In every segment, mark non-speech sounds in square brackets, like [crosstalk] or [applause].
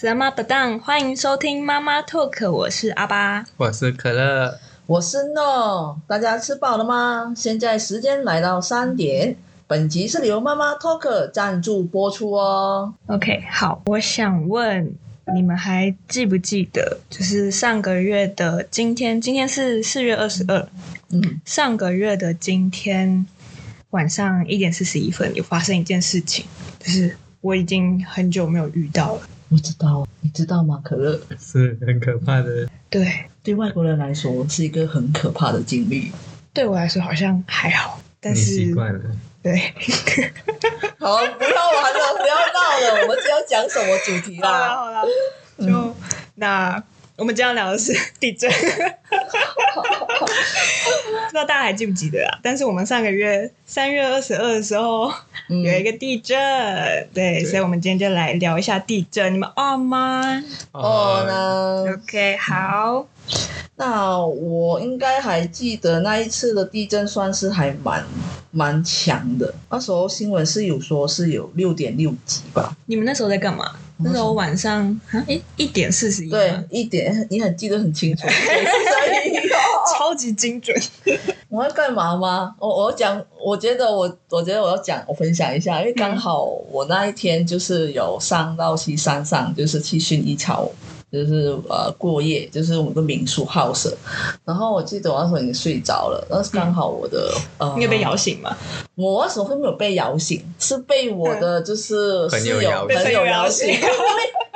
什么不当？欢迎收听妈妈 Talk，我是阿巴。我是可乐，我是诺，大家吃饱了吗？现在时间来到三点，本集是由妈妈 Talk 赞助播出哦。 OK，好，我想问你们还记不记得，就是上个月的今天，今天是四月二十二，嗯，上个月的今天晚上一点四十一分有发生一件事情，就是我已经很久没有遇到了。我知道，你知道吗？可乐是很可怕的。对，对外国人来说是一个很可怕的经历。对我来说好像还好，但你习是惯了，对，好，不要玩了，不要闹了，我们只要讲什么主题好了啦？好了，嗯就那我们今天要聊的是地 [laughs] 震。不知道大家还记不记得啊？但是我们上个月三月二十二的时候嗯有一个地震，对，所以我们今天就来聊一下地震。你们饿吗哦，哦那？OK，好，那我应该还记得那一次的地震，算是还蛮蛮强的。那时候新闻是有说是有六点六级吧？你们那时候在干嘛？那时候晚上啊，哎，一点四十一，嗯对，一点 [laughs] 你很记得很 [laughs] 清楚。 [laughs] 超级精准。我要干嘛吗？我我要讲，我觉得我我觉得我要讲，我分享一下，因为刚好我那一天就是有上到西山上，就是去薰衣草，就是呃过夜，就是我们的民宿 house。然后我记得我那时候已经睡着了，但是刚好我的、呃，嗯你有被摇醒吗？我那时候会没有被摇醒，是被我的就是朋室友友摇被醒嗯朋朋友友摇摇醒，醒因为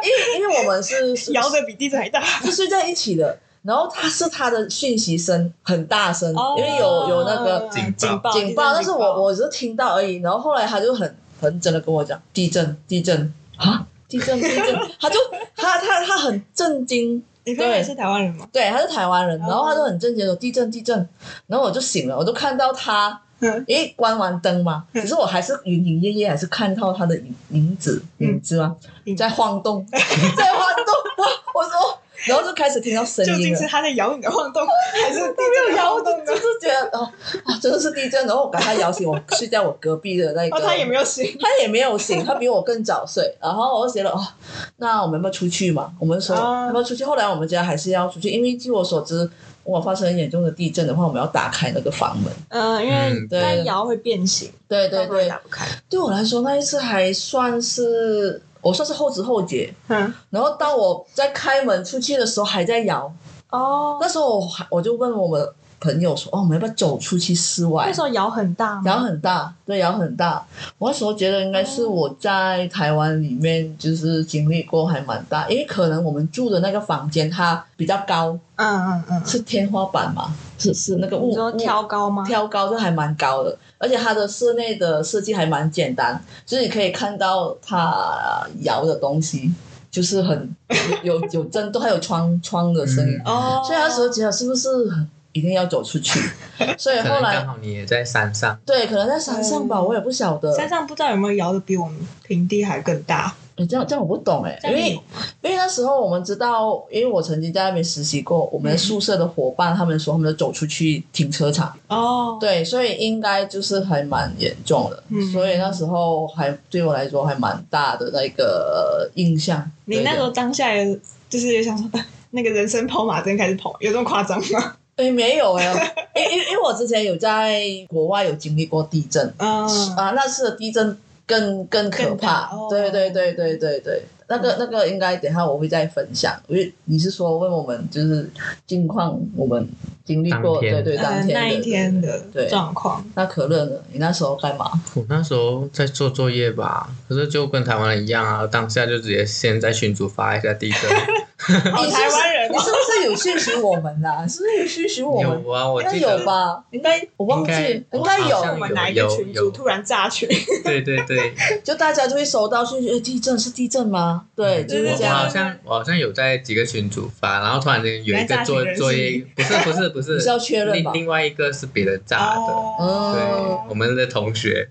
因为因为我 [laughs] 们是是摇的比地震还大。是睡在一起的。然后他是他的讯息声很大声，哦因为有有那个警报，警报报，，但是我我只是听到而已。然后后来他就很很真的跟我讲地震，地震啊，地震，地震， [laughs] 他就他他他很震惊，你朋友也是台湾人吗？对，他是台湾人，哦然后他就很震惊地说地震，地震。然后我就醒了，我就看到他嗯，因为关完灯嘛，嗯只是我还是隐隐约约还是看到他的影影子，嗯影子吗影？子在晃动， [laughs] 在晃动， [laughs] 我我说，然后就开始听到声究音竟了是。他在摇你的晃动， [laughs] 还是地震的然晃后我就动呢就？是觉得哦，啊真的是地震，然后我赶快摇醒我睡在我隔壁的那个，哦，他也没有醒。他也没有醒，他比我更早睡。然后我就觉得哦，那我们要不要出去嘛？我们说、啊要不要出去？后来我们家还是要出去，因为据我所知，如果发生严重的地震的话，我们要打开那个房门。嗯，因嗯对在摇会变形，对对会对，不开。对我来说那一次还算是我算是后知后觉。嗯，然后当我在开门出去的时候还在摇，哦，那时候我还我就问我们朋友说，哦，我们要不要走出去室外那？时候摇很大摇吗？很大，对，摇很大。我那时候觉得应该哦是我在台湾里面就是经历过还蛮大，因为可能我们住的那个房间它比较高，嗯嗯嗯。是天花板嘛，是是那个你物说物挑高吗？挑高就还蛮高的，而且它的室内的设计还蛮简单，就是你可以看到它摇的东西，就是很有有有震动，还有窗窗的声音。嗯哦，所以那时候觉得是不是一定要走出去？所以可后能刚来好你也在山上，对，可能在山上吧，嗯我也不晓得。山上不知道有没有摇的比我们平地还更大，你这样这样我不懂哎、这因样为有因为那时候我们知道，因为我曾经在那边实习过，我嗯们宿舍的伙伴他们说他们都走出去停车场，哦，对，所以应该就是还蛮严重的，嗯所以那时候还对我来说还蛮大的那个印象。你那时候个当下也就是也想说，呃那个人生跑马灯开始跑，有这么夸张吗？诶没有哎、因因因为我之前有在国外有经历过地震，嗯，啊，那次的地震更更可更怕大。哦嗯对对对对对对，那个那个应该等一下我会再分享，因为你是说问我们就是近况，我们经历过当天对对当呃天的那一天。对对的对状况，那可乐呢？你那时候干嘛？我那时候在做作业吧，可是就跟台湾人一样啊，当下就直接先在群组发一下地震。 [laughs] 哦，你是台湾人你哦，是不是有讯息我们啊？是不是有讯息 [laughs] 我们有？啊，我应该记有得，吧？应该我忘记，应该应该我好我像有，们哪一个群有有主突然炸群， [laughs] 对对对，就大家就会收到讯息，哎地震是地震吗？对，对就是对嗯这我样好。像我好像有在几个群组发，然后突然间有一原来个炸作群人是作业，不是不是不是， [laughs] 你是要确认吧另另外一个是别人炸的，哦，啊对嗯，我们的同学。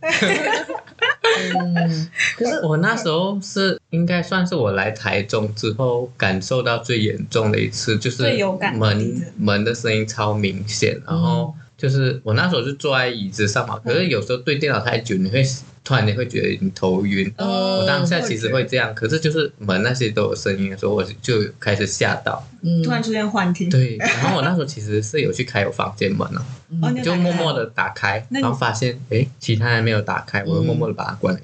嗯，可是我那时候是应该算是我来台中之后感受到最严重的一次，就是最有感的地嗯门震门的声音超明显，然后就就是我那时候就坐在椅子上嘛，可嗯是有时候对电脑太久，你会突然间会觉得你头晕。哦我当下会其实觉会这样，可是就是门那些都有声音的时候，我就开始吓到。嗯突然出现幻听，对，然后我那时候其实是有去开我房间门啊，哦，嗯你有就打开默默的打开，那你然后发现诶，其他人没有打开，我又嗯默默的把它关了。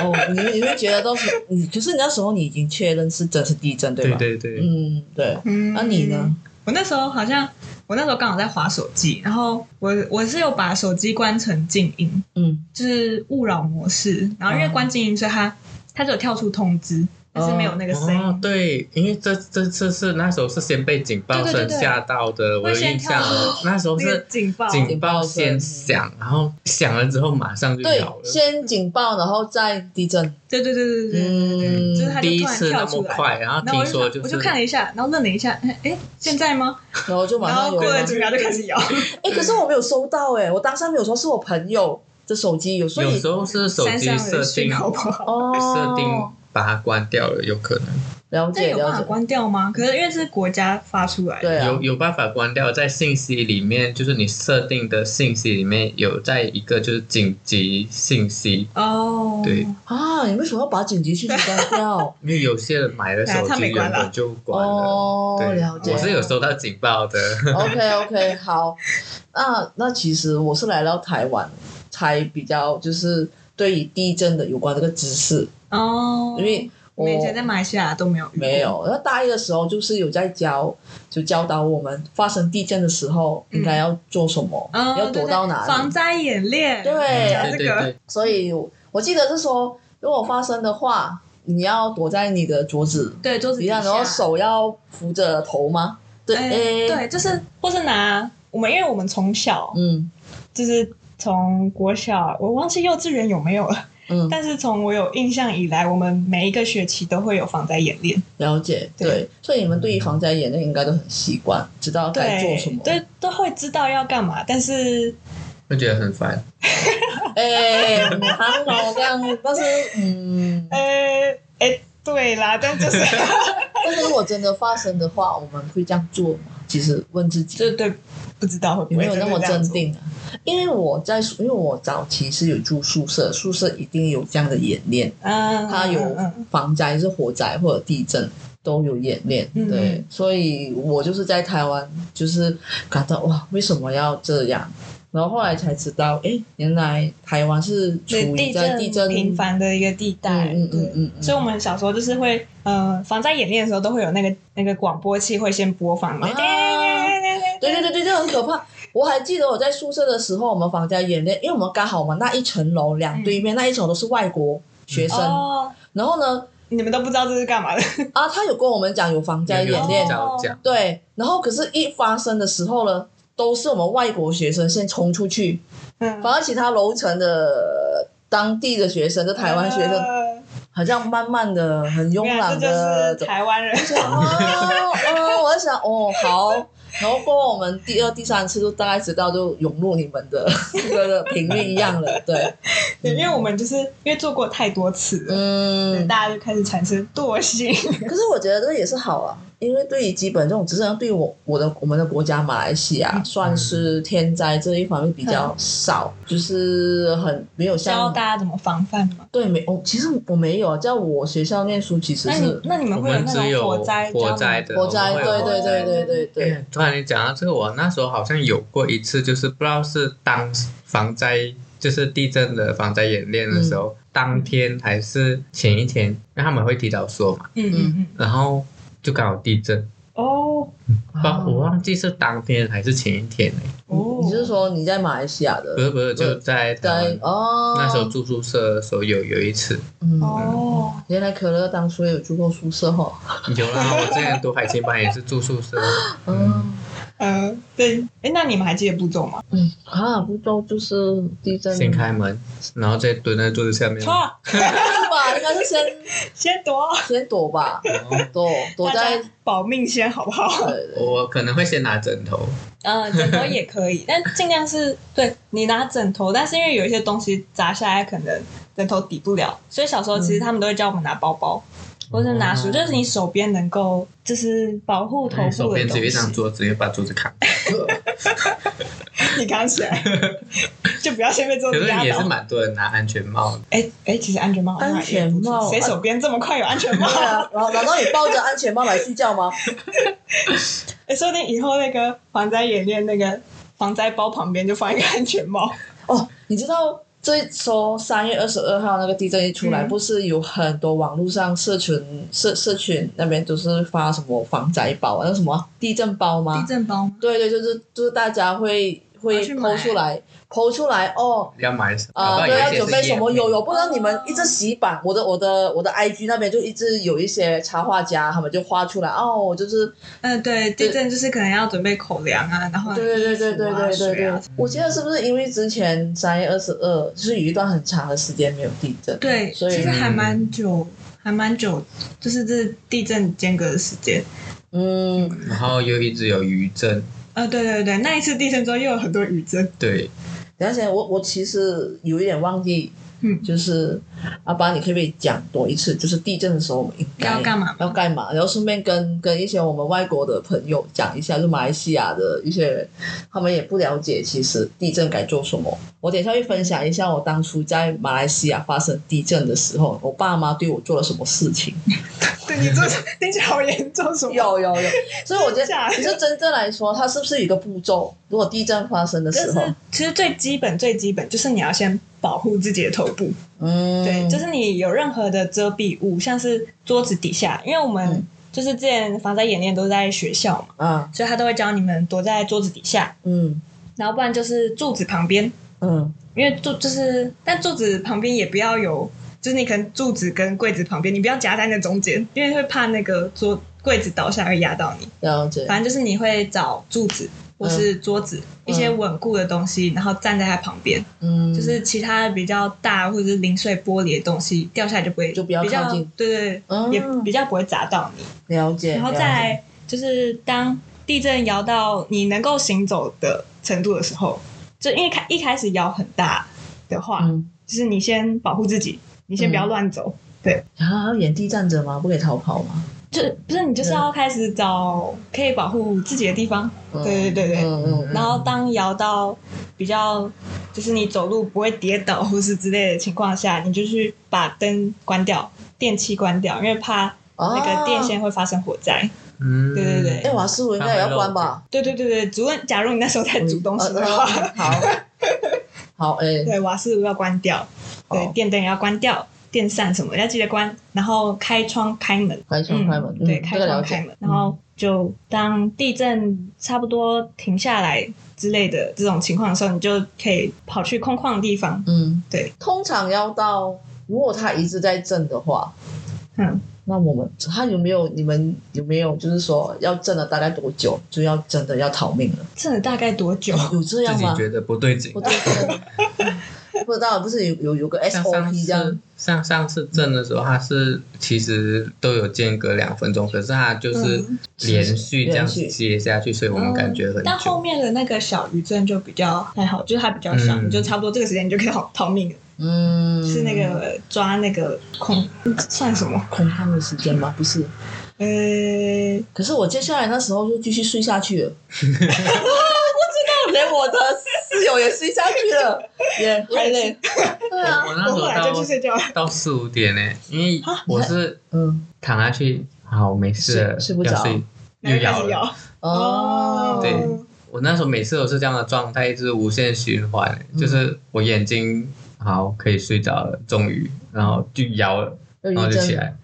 哦，你你会觉得都是你，可是那时候你已经确认是真是地震对吧？对对，嗯，对，嗯那你呢？？我那时候好像，我那时候刚好在划手机，然后我我是有把手机关成静音，嗯，就是勿扰模式。然后因为哦关静音，所以它它就有跳出通知，但是没有那个声哦音，，对，因为这这次是那时候是先被警报对对对声对吓到的，我会有先印跳象出了。那时候那个是警报。警报先响，然后响了之后马上就对摇，了。先警报，然后再地震。对对对对对对。嗯，就是它就第一突然次那跳么出来快，然后然后听我就说想我是就看了一下，然后愣了一下，哎哎，现在吗？然后就马然上后有过了了。几秒就开始摇。哎，可是我没有收到哎，我当下没有说是我朋友的手机有，所有以时候是手山机上设的定讯号不好，哦，设定把它关掉了，有可能但了解有办了法解，关掉吗？可是因为是国家发出来的，对啊有，有办法关掉。在信息里面，就是你设定的信息里面有在一个就是紧急信息，哦，对，？啊，你为什么要把紧急信息关掉 [laughs] 因为有些人买了对啊手他机没关原啦本就关了。哦，对了，解。我是有收到警报的。 OK OK，好，那那其实我是来到台湾才比较就是对于地震的有关这个知识，哦，因为我我们以前在马来西亚都没有遇过没，有。那大一的时候就是有在教，就教导我们发生地震的时候嗯应该要做什么，嗯，要躲到哪对对里防。灾演练，对 [laughs] 讲对这对个对，所以我我记得是说，如果发生的话，你要躲在你的桌子对桌子底底下，下，然后手要扶着头吗？对，哎，诶对，就是或是拿我们，因为我们从小嗯就是从国小，我忘记幼稚园有没有了，嗯，但是从我有印象以来，我们每一个学期都会有防灾演练，了解，对对，所以你们对于防灾演练应该都很习惯，知道该做什对么。，对，都会知道要干嘛，但是会觉得很烦，哎、欸，很好这样，但是嗯，呃，哎，对啦，但就是 [laughs] 但是如果真的发生的话，我们会这样做吗？其实问自己就对，不知道会不有会没有那真的么这样镇做，定啊？因为我在宿，因为我早期是有住宿舍，宿舍一定有这样的演练，嗯，它有嗯嗯防灾、是火灾或者地震都有演练，嗯对，所以我就是在台湾就是感到哇，为什么要这样？然后后来才知道，哎，原来台湾是处对于地在震地震频繁的一个地带，嗯嗯对嗯嗯嗯，所以我们小时候就是会，呃，防灾演练的时候都会有那个那个广播器会先播放嘛，啊对对对对对，这很可怕。我还记得我在宿舍的时候，我们房间演练，因为我们刚好我们那一层楼两对面、那一层都是外国学生，哦，然后呢，你们都不知道这是干嘛的，啊，他有跟我们讲有房间有演练，哦照讲。对，然后可是，一发生的时候呢，都是我们外国学生先冲出去，嗯，反而其他楼层的当地的学生，就台湾学生，呃好像慢慢的、很慵原来懒啊这的就是台湾人，哦，哦，我在想，哦，好。然后过后我们第二、第三次就大概知道，就涌入你们的 [laughs] 这个频率一样了，对，对， [laughs] 因为我们就是因为做过太多次了，对嗯。大家就开始产生惰性，可是我觉得这也是好啊，因为对于基本这种，只是对于我我的我们的国家马来嗯西亚，算是天灾这一方面比较少，就是很没有教像大家怎么防范嘛。对没哦，其实我没有，在我学校念书其实那你是那你们我会有们那只种有火灾火教灾吗的，火灾，我对们会有对火灾对对对对，哎突然你讲到这个，我那时候好像有过一次，就是不知道是当防灾，就是地震的防灾演练的时候，当天还是前一天，因为他们会提早说嘛，嗯嗯嗯，然后就刚好地震，哦不知道、我忘记是当天还是前一天欸哦，你是说你在马来西亚的不是不是，就在台在湾哦那时候住宿舍的时候有有一次，嗯哦，原来可乐当初也有住过宿舍哈。 [laughs] 有 [laughs] 啦，我之前读海青班也是住宿舍，嗯，嗯呃，对，哎，那你们还记得步骤吗？嗯啊，不都就是地震先开门，然后再蹲在桌子下面，然错，是吧？应该是先先躲，先 [laughs] 躲吧，后躲躲在大家保命先好不好？ [laughs] 呃我可能会先拿枕头，嗯，枕头也可以，但尽量是对你拿枕头，但是因为有一些东西砸下来，可能枕头抵不了，所以小时候其实他们都会叫我们拿包包，或者拿书，哦就是你手边能够就是保护头嗯手部的边东只有一张 [laughs] 西。桌子，又把桌子扛。 [laughs] 你扛起来，就不要先被桌可子是压也是倒。蛮多人拿安全帽的，哎哎，其实安全帽好像安全帽也不错谁手边这么快有安全帽 [laughs] 对？啊，然后难道你抱着安全帽来睡觉吗？哎，说不定以后那个防灾演练那个防灾包旁边就放一个安全 [laughs] 帽。哦，你知道这说三月二十二号那个地震一出来，嗯不是有很多网络上社群社社群那边都是发什么防灾包啊，那什么地震包吗？震包吗？对对，就是就是大家会拿会去买剖出来，剖出来哦。要买什么？搞不啊，好对，有要一些准备是什么夜有配有，不然你们一直洗版。我的我的我的 IG 那边就一直有一些插画家，他们就画出来哦，我就是嗯，对，地震就是可能要准备口粮啊，然后对对对衣对对服啊对对水对啊。我记得是不是因为之前三月二十二，就是有一段很长的时间没有地震，对，所以其实还蛮久，还蛮久，就是这地震间隔的时间。嗯，然后又一直有余震，呃，对对对，那一次地震之后又有很多余震。对，而且我我其实有一点忘记，嗯就是阿巴，你可不可以讲多一次？就是地震的时候我们应该要干嘛要干嘛？然后顺便跟跟一些我们外国的朋友讲一下，就马来西亚的一些人，他们也不了解其实地震该做什么。我等一下会分享一下我当初在马来西亚发生地震的时候，我爸妈对我做了什么事 [laughs] 情。对你这 [laughs] 听起来好严重，什么？有有有，所以我觉得真假的其实真正来说，它是不是有一个步骤？如果地震发生的就时是候，其实最基本最基本就是你要先保护自己的头部，嗯，对，就是你有任何的遮蔽物，像是桌子底下，因为我们嗯就是之前防灾演练都在学校嘛，啊，所以他都会教你们躲在桌子底下，嗯然后不然就是柱子旁边，嗯。因为柱就是，但柱子旁边也不要有，就是你可能柱子跟柜子旁边，你不要夹在那中间，因为会怕那个桌柜子倒下会压到你。了解，反正就是你会找柱子嗯或是桌子、一些稳固的东西，然后站在它旁边，嗯，就是其他的比较大或者是零碎玻璃的东西掉下来就不会，就不要比较靠近对对对，嗯也比较不会砸到你。了解，然后再了解来就是当地震摇到你能够行走的程度的时候，就因为开一开始摇很大的话，嗯，就是你先保护自己，你先不要乱走，啊，演地战者吗？不可以逃跑吗？就不是你就是要开始找可以保护自己的地方，嗯对对对对嗯嗯然后当摇到比较就是你走路不会跌倒或是之类的情况下，你就去把灯关掉，电器关掉，因为怕哦那个电线。会发生火灾。嗯，对对对哎，瓦斯炉应该也要关吧？对对对对，主任，假如你那时候在煮东西的话，嗯嗯好，好，哎，对瓦斯炉要关掉，对好电灯也要关掉，电扇什么的要记得关，然后开窗开门。开窗开门，嗯对，嗯开这个窗了开解。嗯门，然后就当地震差不多停下来之类的这种情况的时候，你就可以跑去空旷的地方，嗯，对，通常要到，如果它一直在震的话，嗯，那我们它有没有你们有没有就是说要震了大概多久就要真的要逃命了？震了大概多久？有这样自己吗？觉得不对劲不。对，不知道，不是有有有个像上 SOP 这样次，上上次震的时候，它是其实都有间隔两分钟，可是它就是嗯连续这样连续接下去，所以我们感觉很嗯但后久。面的那个小余震就比较还好，就是它比较小，嗯你就差不多这个时间你就可以逃逃命了。嗯，是那个抓那个空算什么？空旷的时间吗？不是，呃，可是我接下来那时候就继续睡下去了。 [laughs] 我不知道，连我的室友也睡下去了，也 [laughs] 太累。对啊，我那时我候后来就去睡到觉了。到四五点呢，因为我是嗯，躺下去，好没事了，睡睡不着要睡又然摇后开始了。摇哦，对我那时候每次都是这样的状态，一直无限循环，就是我眼睛好可以睡着了，终于，然后就摇了，又然后一就起阵来。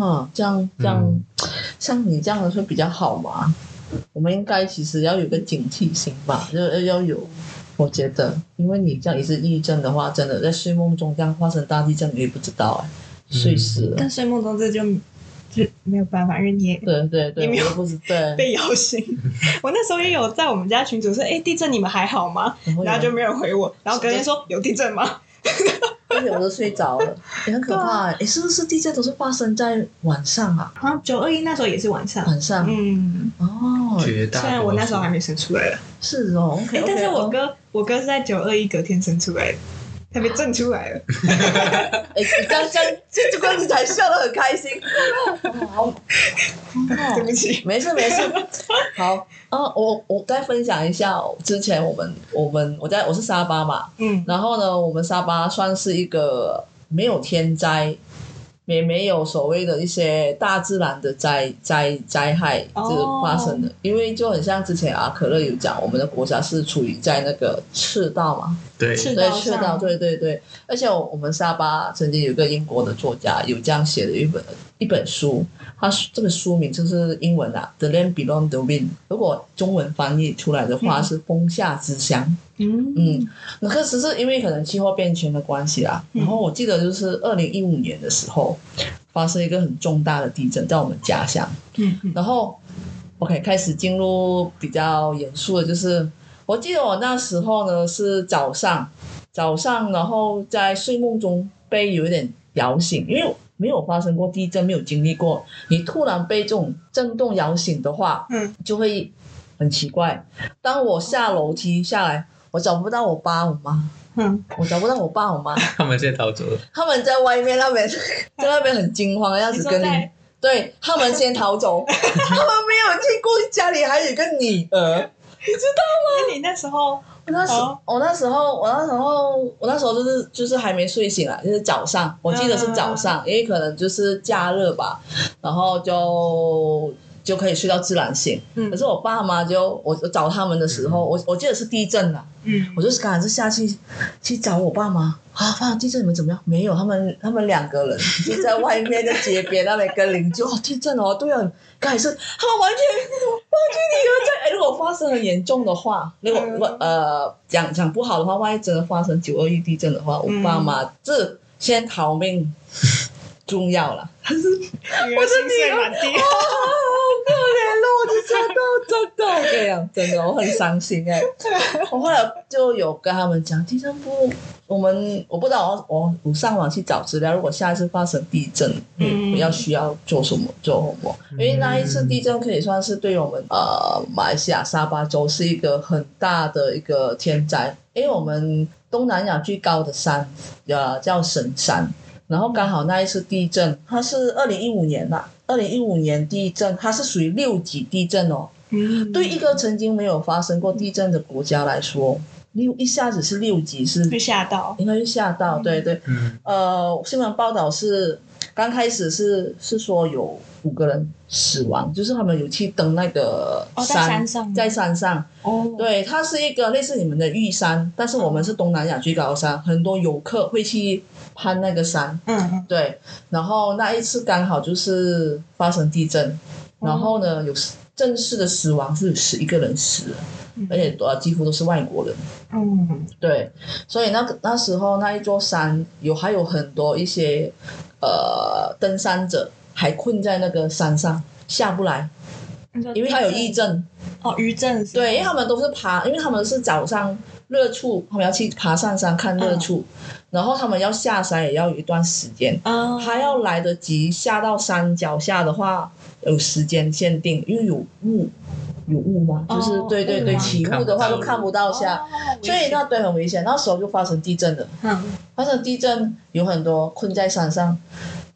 啊，这样这样嗯，像你这样的会比较好嘛？我们应该其实要有个警惕心吧，就呃要要有。我觉得，因为你这样一直抑郁症的话，真的在睡梦中这样发生大地震，你也不知道哎、嗯睡死了。但睡梦中这就就没有办法，因为你也对对对，你没有我都不知对，被摇 [laughs] 醒。我那时候也有在我们家群组说：“哎、地震你们还好吗？”然后有然后就没有人回 [laughs] 我。然后隔天说：“有地震吗而且我都睡着了，也很可怕、欸。哎、是不是地震都是发生在晚上啊？？”好像九二一那时候也是晚上。晚上、嗯，哦，绝大多数虽然我那时候还没生出来了，啊是哦，OK，, 哎 o k 但是我哥我哥是在九二一隔天生出来的。他被震出哦来了。哎，你这样这样这这样子才笑得很开心。 [laughs] 好， [laughs] 对不起，没事没事。好啊，我我再分享一下哦之前我们我们我在我是沙巴嘛，嗯然后呢，我们沙巴算是一个没有天灾，也没有所谓的一些大自然的灾灾灾害哦就是发生的，因为就很像之前啊，可乐有讲，我们的国家是处于在那个赤道嘛，对，是对道赤上道，对对对，而且我们沙巴曾经有一个英国的作家有这样写的一本一本书，他这个书名就是英文啊，《The Land Beyond the Wind》，如果中文翻译出来的话嗯是《风下之乡》。嗯嗯，那可只是因为可能气候变迁的关系啦。嗯然后我记得就是二零一五年的时候，发生一个很重大的地震在我们家乡。嗯嗯然后，OK，开始进入比较严肃的，就是我记得我那时候呢是早上，早上然后在睡梦中被有一点摇醒，因为没有发生过地震，没有经历过，你突然被这种震动摇醒的话，嗯，就会很奇怪。当我下楼梯下来，我找不到我爸我妈，嗯，我找不到我爸我妈， [laughs] 他们先逃走了，他们在外面那边， [laughs] 在那边很惊慌的样你子说跟你在。对他们先逃 [laughs] 走，他们没有经过家里还有一个女儿。那你那时候，我那时哦我那时候，我那时候，我那时候就是就是还没睡醒啊，就是早上，我记得嗯是早上，因为可能就是假日吧，然后就就可以睡到自然醒。嗯可是我爸妈就我我找他们的时候，我我记得是地震了，嗯我就是赶着下去去找我爸妈啊，发生地震你们怎么样？没有，他们他们两个人就在外面的街边那边跟邻居哦，地震哦，对啊，刚才是他们完全完全你们在，哎，如果发生很严重的话，如果嗯我呃讲讲不好的话，万一真的发生九二一地震的话，我爸妈这先逃命重要了。 [laughs] 嗯女儿心碎满地。啊，好可怜哦！我就吓到，真的，我跟你讲，真的，我很伤心哎、 [laughs] 我后来就有跟他们讲，地震不，我们我不知道，我我我上网去找资料，如果下一次发生地震，嗯嗯，要需要做什么做什么？因为那一次地震可以算是对我们呃马来西亚沙巴州是一个很大的一个天灾，因为我们东南亚最高的山呃叫神山。然后刚好那一次地震，它是二零一五年啦，二零一五年地震，它是属于六级地震哦。嗯对一个曾经没有发生过地震的国家来说，六一下子是六级是 [laughs] 被吓到。应该是吓到，对对。嗯，呃，新闻报道是刚开始是是说有五个人死亡，就是他们有去登那个哦在山，山上吗在山上哦，对，它是一个类似你们的玉山，但是我们是东南亚最高的山，很多游客会去攀那个山。嗯嗯对，然后那一次刚好就是发生地嗯震，然后呢有正式的死亡是有十一个人死了，嗯，而且呃几乎都是外国人。嗯对，所以那个那时候那一座山有还有很多一些呃登山者还困在那个山上下不来，因为他有地震。哦，余震是吗对，因为他们都是爬，因为他们是早上日出，他们要去爬上山看日出，嗯然后他们要下山也要有一段时间，啊，还要来得及下到山脚下的话，有时间限定，因为有雾，有雾吗？就是哦对对雾对，吗起雾的话都看不到下，哦所以那对很危险，那时候就发生地震了。嗯发生地震，有很多困在山上，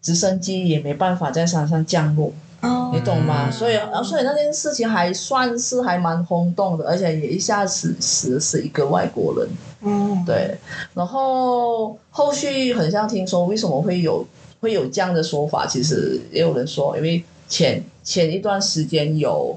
直升机也没办法在山上降落，哦，你懂吗？嗯所以，然后所以那件事情还算是还蛮轰动的，而且也一下死死死一个外国人，嗯，对。然后后续很像听说为什么会有会有这样的说法，其实也有人说，因为前前一段时间有，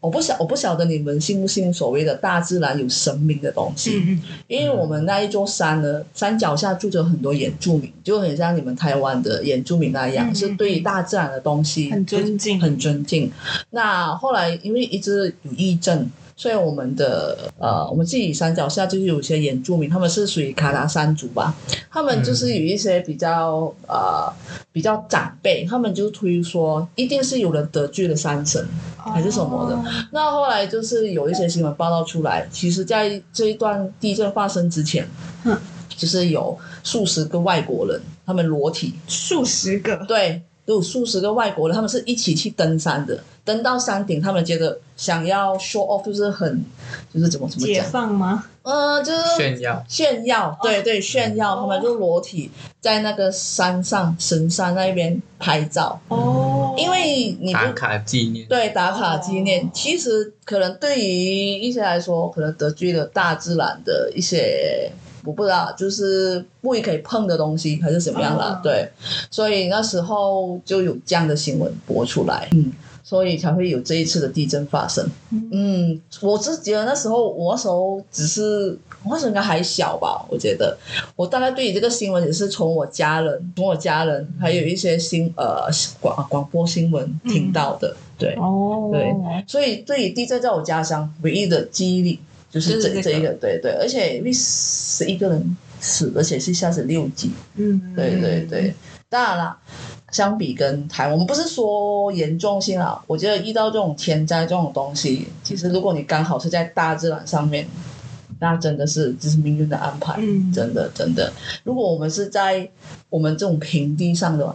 我不晓我不晓得你们信不信所谓的大自然有神明的东西，嗯嗯因为我们那一座山呢，山脚下住着很多原住民，就很像你们台湾的原住民那嗯样，嗯是对大自然的东西嗯很尊敬很尊敬。那后来因为一直有疫症，所以我们的呃，我们自己山脚下就是有些原住民，他们是属于卡达山族吧，他们就是嗯有一些比较呃比较长辈，他们就推说一定是有人得罪了山神，还是什么的的，那后来就是有一些新闻报道出来，其实在这一段地震发生之前，嗯就是有数十个外国人，他们裸体，数十个，对，有数十个外国人，他们是一起去登山的，登到山顶，他们觉得想要 show off，就是很，就是怎么怎么解讲，放吗？呃，就是炫耀。炫耀，对对，炫耀，他们就裸体在那个山上神山那边拍照，哦，因为你不打卡纪念，对打卡纪念哦，其实可能对于一些来说，可能得罪了大自然的一些，我不知道，就是不可以碰的东西还是怎么样啦。哦对，所以那时候就有这样的新闻播出来，嗯，所以才会有这一次的地震发生。嗯嗯，我是觉得那时候，我那时候只是，我那时候应该还小吧，我觉得，我大概对于这个新闻也是从我家人，从我家人，还有一些新呃广广播新闻听到的，对，哦，对所以对于地震在我家乡唯一的记忆力就是就是这、这个这一个，对对，而且因为十一个人死，而且是下死六级，嗯，对对对，当然啦，相比跟台湾，我们不是说严重性啊，我觉得遇到这种天灾这种东西，其实如果你刚好是在大自然上面，那真的是这是命运的安排，嗯真的真的。如果我们是在我们这种平地上的，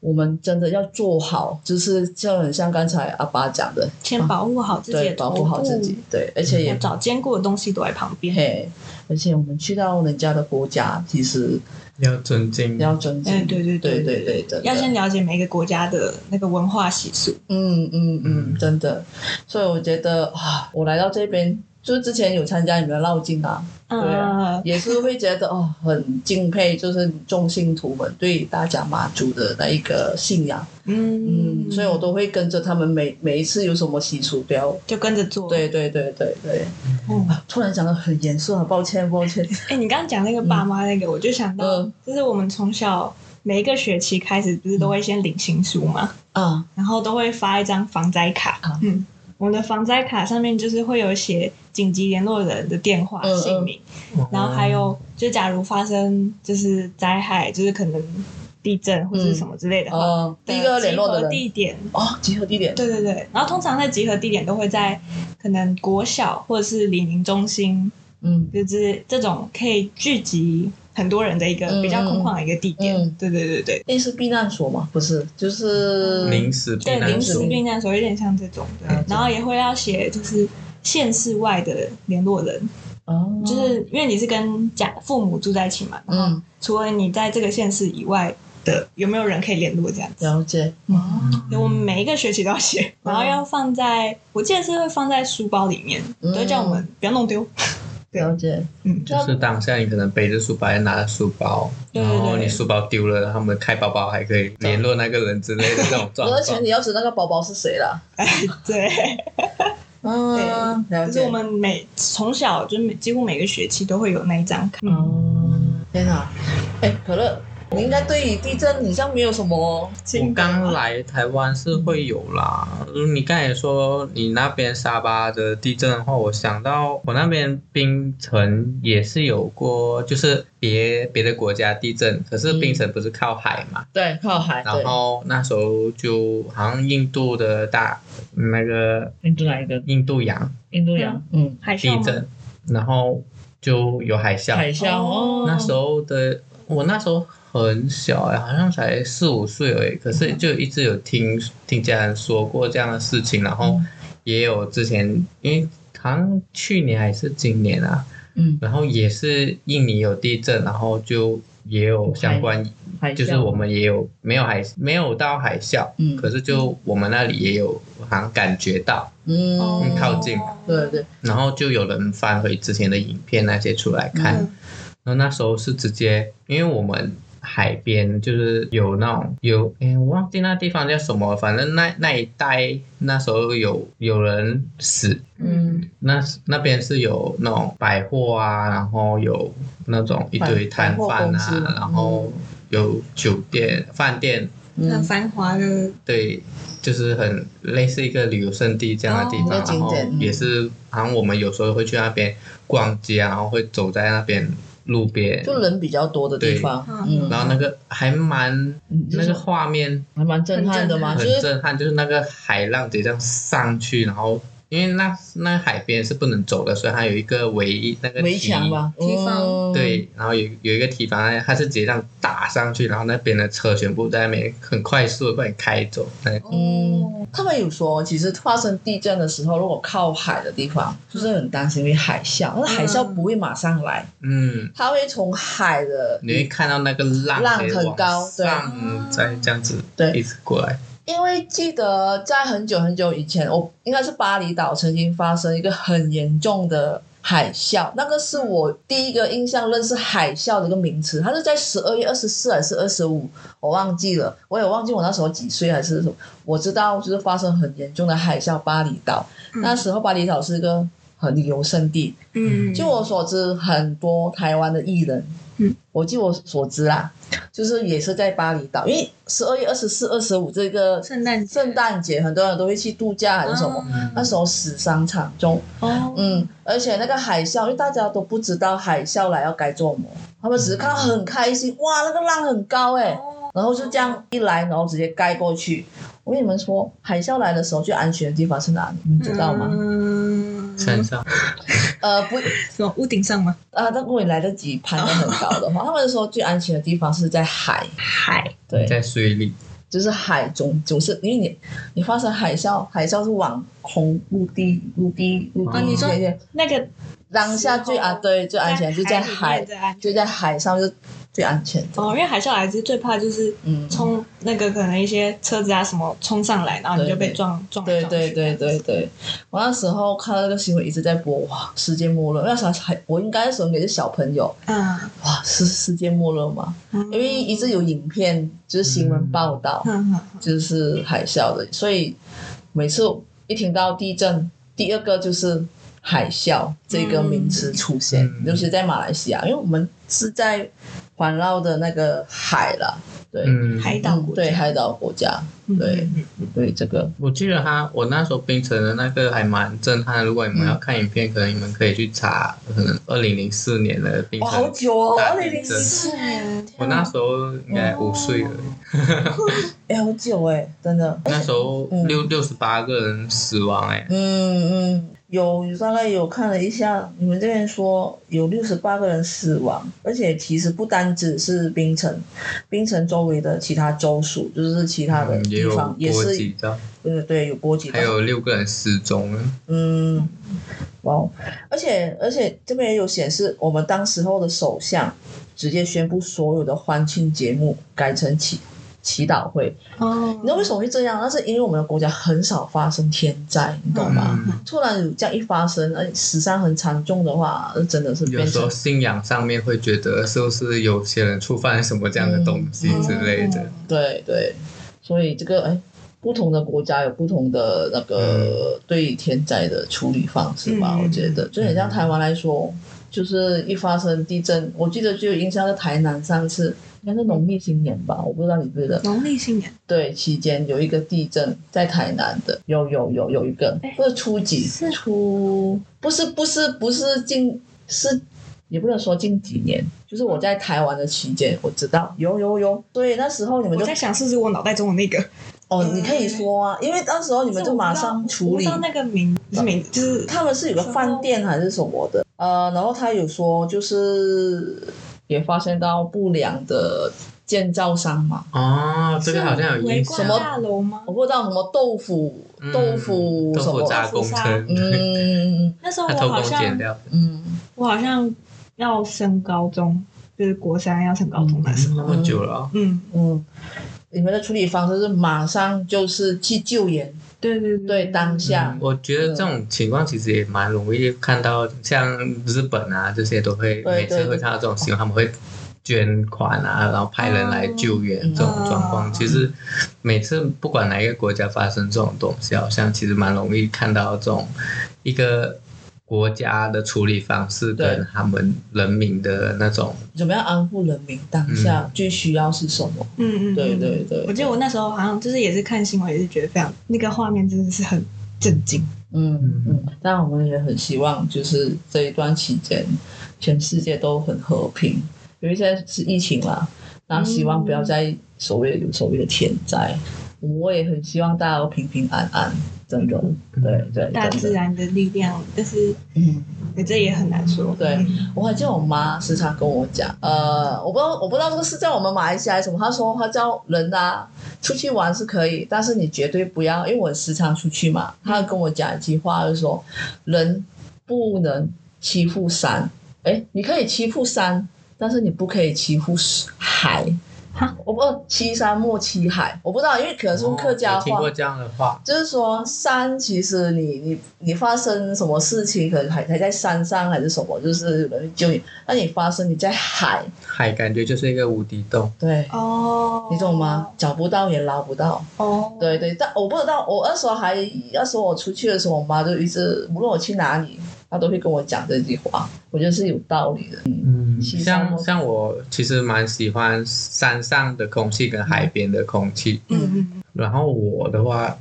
我们真的要做好，就是就很像刚才阿爸讲的，先保护好自己对，的保头部，护好自己，对，而且也要找坚固的东西躲在旁边。嘿，而且我们去到人家的国家，其实要尊敬，要尊敬，哎对对对对对对，真的要先了解每个国家的那个文化习俗，嗯嗯嗯，嗯真的，所以我觉得啊，我来到这边，就是之前有参加你们的绕境啊，对啊嗯，也是会觉得哦，很敬佩，就是众信徒们对大甲妈祖的那一个信仰，嗯，嗯，所以我都会跟着他们每每一次有什么习俗都要，就跟着做。对对对对对，啊嗯，突然讲的很严肃，很抱歉抱歉，哎、你刚刚讲那个爸妈那个，我就想到嗯，就是我们从小每一个学期开始，不是都会先领薪书嘛，啊，然后都会发一张防灾卡啊。嗯，我们的防灾卡上面就是会有写紧急联络人的电话、嗯嗯姓名，哦然后还有就假如发生就是灾害，就是可能地震或是什么之类的话，哦，第一个联络的集合人，地点。哦，集合地点，对对对，然后通常在集合地点都会在可能国小或者是李宁中心嗯就是这种可以聚集很多人的一嗯个比较空旷的一个地点。嗯对对对对，那是避难所吗？不是，就是临时避对难临时所，避难所有点像这种嗯的，然后也会要写就是县市外的联络人，哦，就是因为你是跟家父母住在一起嘛，然后嗯，除了你在这个县市以外的有没有人可以联络这样子。了解，哦。对我们每一个学期都要嗯写，然后要放在，我记得是会放在书包里面，嗯都叫我们不要弄丢。了解， [laughs] 嗯，就是当下你可能背着书包，拿着书包，对然对对后你书包丢了，他们开包包还可以联络那个人之类的这种状而且况你。要知道那个包包是谁了。对，嗯，就了是解。我们每从小就每几乎每个学期都会有那一张卡。嗯，天哪！哎，可乐，你应该对于地震你像没有什么我刚来台湾是会有啦，你刚才说你那边沙巴的地震的话，我想到我那边槟城也是有过，就是别别的国家地震，可是槟城不是靠海嘛，对靠海，对然，后那时候就好像印度的大那个印度哪一个？印度洋印度洋，嗯，海地啸吗震，然后就有海啸，海啸哦哦，那时候的我那时候很小哎、好像才四五岁而已，可是就一直有听听家人说过这样的事情，然嗯后也有之前因为好像去年还是今年啊，嗯，然后也是印尼有地震，然后就也有相关，海啸就是我们也有没有海没有到海啸，嗯可是就我们那里也有好像感觉到，嗯哦嗯靠近对对，然后就有人翻回之前的影片那些出来看。嗯然后那时候是直接，因为我们海边就是有那种有，哎，我忘记那地方叫什么，反正那那一带那时候有有人死，嗯，那那边是有那种百货啊，然后有那种一堆摊百货贩公司啊，然后有酒店、饭店，很嗯，繁华的，对，就是很类似一个旅游胜地这样的地方，哦一个然景后点嗯也是好像我们有时候会去那边逛街啊，然后会走在那边路边，就人比较多的地方，对嗯，然后那个还蛮嗯就那是个画面还蛮震撼的嘛，就很是震撼，就是那个海浪直接这样上去，然后因为那那海边是不能走的，所以它有一个围那个围堤墙吧，提防嗯，对，然后有有一个堤防，它是直接这样打上去，然后那边的车全部在那边很快速的把你开走。那哦嗯，他们有说，其实发生地震的时候，如果靠海的地方，就是很担心会海啸，但是海啸不会马上来，嗯，它会从海的，你会看到那个浪浪直接很往高对上嗯再这样子对一直过来。因为记得在很久很久以前，我应该是巴厘岛曾经发生一个很严重的。海啸，那个是我第一个印象认识海啸的一个名词，它是在十二月二十四还是二十五，我忘记了，我也忘记我那时候几岁还是什么，我知道就是发生很严重的海啸，巴厘岛，嗯那时候巴厘岛是一个很旅游胜地，嗯，据我所知，很多台湾的艺人，嗯，我据我所知啦，就是也是在巴厘岛，因为十二月二十四、二十五这个圣诞节圣诞节，很多人都会去度假还是什么。啊那时候死伤惨重，哦，嗯，而且那个海啸，因为大家都不知道海啸来要该做么，他们只是看到很开心，哇，那个浪很高哎、哦，然后就这样一来，然后直接盖过去。我跟你们说，海啸来的时候最安全的地方是哪里？你们知道吗？嗯，山上呃，不，什么屋顶上吗？啊，但如果你来得及攀得很高的话，他们说最安全的地方是在海，海，对，在水里，就是海总总是因为你你发生海啸，海啸是往空陆地陆地陆地啊你哦说那些那个当下最安对最安全就在海里面，最安全就在海上就最安全的，哦，因为海啸来是最怕就是嗯，冲那个可能一些车子啊什么冲上来，然后你就被撞撞来对撞去对对对对，我那时候看到这个新闻一直在播，哇，世界末日，那时候还我应该那时候也是小朋友，嗯，哇，是世界末日吗？嗯，因为一直有影片就是新闻报道，嗯嗯就是海啸的，所以每次一听到地震，第二个就是海啸这个名词出现，嗯尤其在马来西亚，因为我们是在环绕的那个海啦，对，嗯，海嗯岛国家对海岛国家，嗯对嗯对这个，我记得他，我那时候冰城的那个还蛮震撼的。如果你们嗯要看影片，可能你们可以去查，可能二零零四年的冰哇，好城。久哦，大二地零零震四年，我那时候应该五岁了，哦哎，好久哎，真的，那时候嗯六六十八个人死亡、哎，嗯嗯，有大概有看了一下，你们这边说有六十八个人死亡，而且其实不单只是槟城，槟城周围的其他州属，就是其他的嗯也地有方、也波是，及到，对对对，有波及到还，有六个人失踪了。嗯，哇哦，而且而且这边也有显示，我们当时候的首相直接宣布所有的欢庆节目改成祈祈祷会，哦，你知道为什么会这样？那是因为我们的国家很少发生天灾，你懂吗？嗯突然有这样一发生，而且死伤很惨重的话，那真的是有变时成候信仰上面会觉得是不是有些人触犯什么这样的东西嗯之类的，哦对对，所以这个哎，不同的国家有不同的那嗯个对天灾的处理方式吧，嗯我觉得就很像台湾来嗯说，就是一发生地震，我记得就有印象在台南上次。应该是农历新年吧，我不知道你记得。农历新年对，期间有一个地震在台南的，有有有有一个哎，不是初几，是初不是不是不是近是也不能说近几年，就是嗯我在台湾的期间，我知道有有有，对，那时候你们我就在嗯想是不是我脑袋中的那个，哦，你可以说啊，因为那时候你们就马上处理我不知道。那个名是名就是他们是有个饭店还是什么的，呃，然后他有说就是也发现到不良的建造商嘛，哦，这个好像有围印观象，大楼吗我？不知道什么豆腐嗯豆腐什豆么腐渣工程，嗯那时候 [laughs] 他我偷好工减像料，嗯，我好像要升高中，就是国三要升高中那时候，那么久了哦、嗯，嗯，你们的处理方式是马上就是去救援，对对对当下嗯，我觉得这种情况其实也蛮容易看到，像日本啊这些都会对每次对会看到这种新闻，他们会捐款啊，然后派人来救援嗯这种状嗯况。其实每次不管哪一个国家发生这种东西，好像其实蛮容易看到这种一个国家的处理方式对跟他们人民的那种，怎么样安抚人民当下最需要是什么？嗯嗯，嗯对对对我记得我那时候好像就是也是看新闻，也是觉得非常那个画面真的是很震惊。嗯嗯，但我们也很希望，就是这一段期间，全世界都很和平，因为现在是疫情啦，那希望不嗯要再所谓的有所谓的天灾。我也很希望大家都平平安安，真的，对对，大自真的，然的力量，但是嗯。你这也很难说。对嗯我还记得我妈时常跟我讲，呃，我不知道我不知道这个是在我们马来西亚还是什么，她说她叫人啊出去玩是可以，但是你绝对不要，因为我时常出去嘛，她跟我讲一句话，就是说人不能欺负山，哎，你可以欺负山，但是你不可以欺负海哈。我不欺山莫欺海，我不知道，因为可能是用客家哦有听话。过这样的话，就是说，山其实你你你发生什么事情，可能还还在山上还是什么，就是有人救你。那你发生你在海，海感觉就是一个无底洞，对，哦，你懂吗？？找不到也捞不到。哦，对对，但我不知道，我那时候还那时候我出去的时候，我妈就一直无论我去哪里，她都会跟我讲这句话，我觉得是有道理的。嗯，其实我像像我其实蛮喜欢山上的空气跟海边的空气，嗯，嗯然后我的话，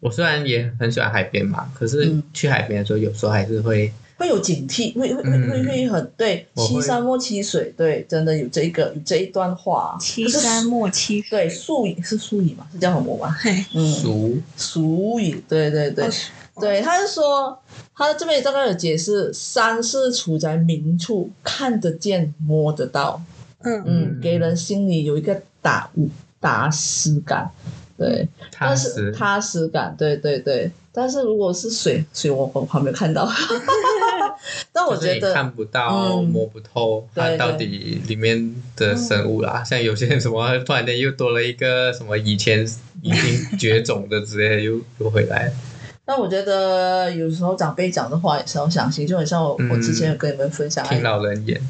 我虽然也很喜欢海边嘛，可是嗯去海边的时候，有时候还是会会有警惕，会会会嗯会会很对，我会欺山莫欺水，对，真的有这一个有这一段话嗯，欺山莫欺水，对，术语是术语嘛，是叫什么嘛？嘿，嗯，熟，俗语，对对对、哦对，他是说，他这边大概有解释，山是处在明处，看得见，摸得到，嗯，嗯，嗯给人心里有一个打悟、打实感，对，踏但是实。踏实感，对对对。但是如果是水，水我我还没有看到， [laughs] 但我就是觉你得看不到、嗯摸不透对它对到底里面的生物啦，像有些人什么突然间又多了一个什么以前已经绝种的之类的又又回 [laughs] 来，那我觉得有时候长辈讲的话也是要相信，就很像我、我之前有跟你们分享，听老人言。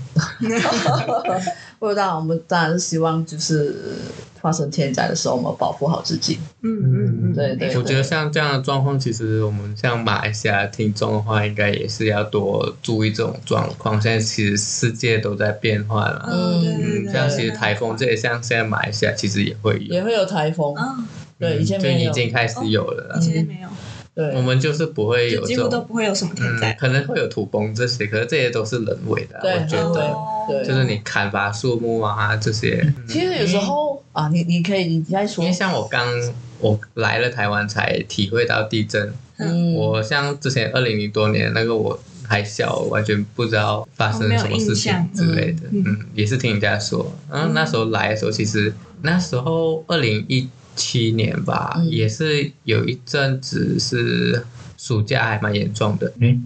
不知道我们当然是希望就是发生天灾的时候，我们保护好自己。嗯嗯嗯，对对我觉得像这样的状况，其实我们像马来西亚的听众的话，应该也是要多注意这种状况。现在其实世界都在变化了，嗯，对对嗯，对，像其实台风这些，像现在马来西亚其实也会有，也会有台风，啊，对，以前嗯就没有哦已，经开始有了啦以。前没有，我对们就是不会有就这几乎都种，不会有什么天嗯，灾。可能会有土崩这些，可是这些都是人为的啊，对我觉对得。哦对就是你砍伐树木啊这些，其实有时候啊，你你可以你再说因为，像我刚我来了台湾才体会到地震，嗯，我像之前二零零多年那个我还小，完全不知道发哦生什么事情之类的，嗯嗯也是听人家说。然后嗯那时候来的时候，其实那时候二零一七年吧，嗯也是有一阵子是暑假还蛮严重的，诶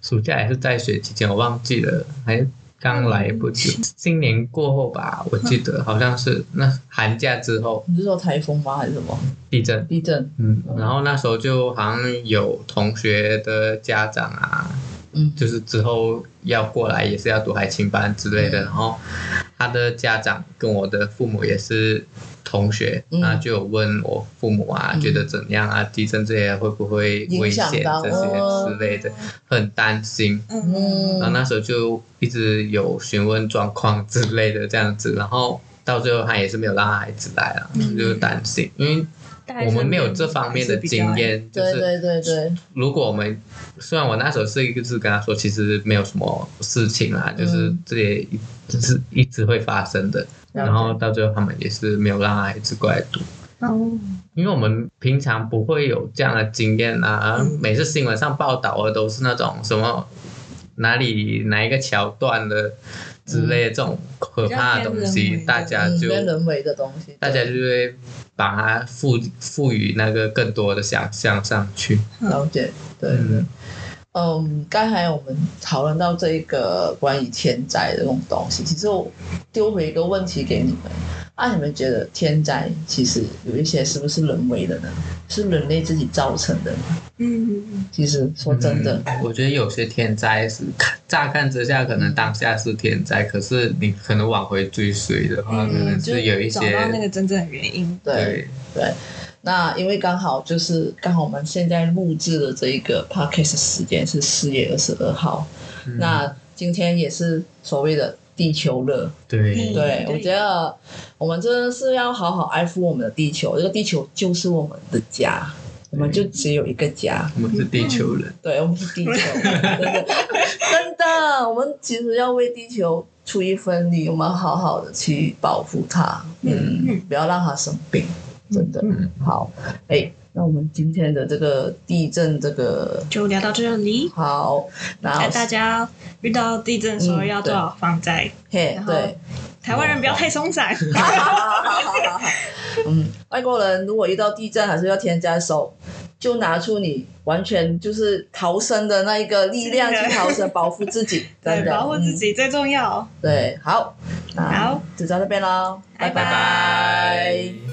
暑假还是在学期间，我忘记了，还刚来不久，嗯新年过后吧，我记得好像是那寒假之后你是说台风吗？还是什么地震，地震？嗯，然后那时候就好像有同学的家长啊，嗯就是之后要过来也是要读海青班之类的，然后他的家长跟我的父母也是同学，嗯那就有问我父母啊，嗯觉得怎样啊，地震这些会不会危险影响到这些嗯之类的，很担心。哦嗯，然后哦嗯那时候就一直有询问状况之类的这样子，然后到最后他也是没有让他孩子来啊，嗯就是担心，因为。大概我们是没有这方面的经，验，就对是对对对，如果我们虽然我那时候是一个字跟他说，其实没有什么事情啦，就是这也就是一直会发生的，了解然后到最后他们也是没有让孩子过来读。哦，因为我们平常不会有这样的经验啊，嗯每次新闻上报道的都是那种什么哪里哪一个桥段的之类的这种可怕的东比较偏人为西，的大家嗯就跟人为的东西，大家就对会把它赋赋予那个更多的想象上去。了解，对。嗯嗯，刚才我们讨论到这一个关于天灾的这种东西，其实我丢回一个问题给你们，啊，你们觉得天灾其实有一些是不是人为的呢？是人类自己造成的呢？嗯其实说真的，嗯我觉得有些天灾是看乍看之下可能当下是天灾，可是你可能往回追随的话，嗯可能就是有一找到那些个真正的原因，对对对。那因为刚好就是刚好我们现在录制的这一个 podcast 时间是四月二十二号，嗯那今天也是所谓的地球热，对嗯对，对我觉得我们真的是要好好爱护我们的地球，这个地球就是我们的家，我们就只有一个家。我们是地球人，对，我们是地球，真的，真的，我们其实要为地球出一份力，我们好好的去保护它，嗯，嗯不要让它生病，真的。嗯好，哎，那我们今天的这个地震，这个就聊到这里。好，然后那大家遇到地震的时候嗯要做好防灾，嘿然，后对，台湾人不要太松 [laughs] 散。好好好好好好， [laughs] 嗯，外国人如果遇到地震，还是要添加手，就拿出你完全就是逃生的那一个力量是的去逃生，保护自己，对真，的保护自、嗯己最重要。对，好，那好，就到这边喽，拜拜嗯拜拜。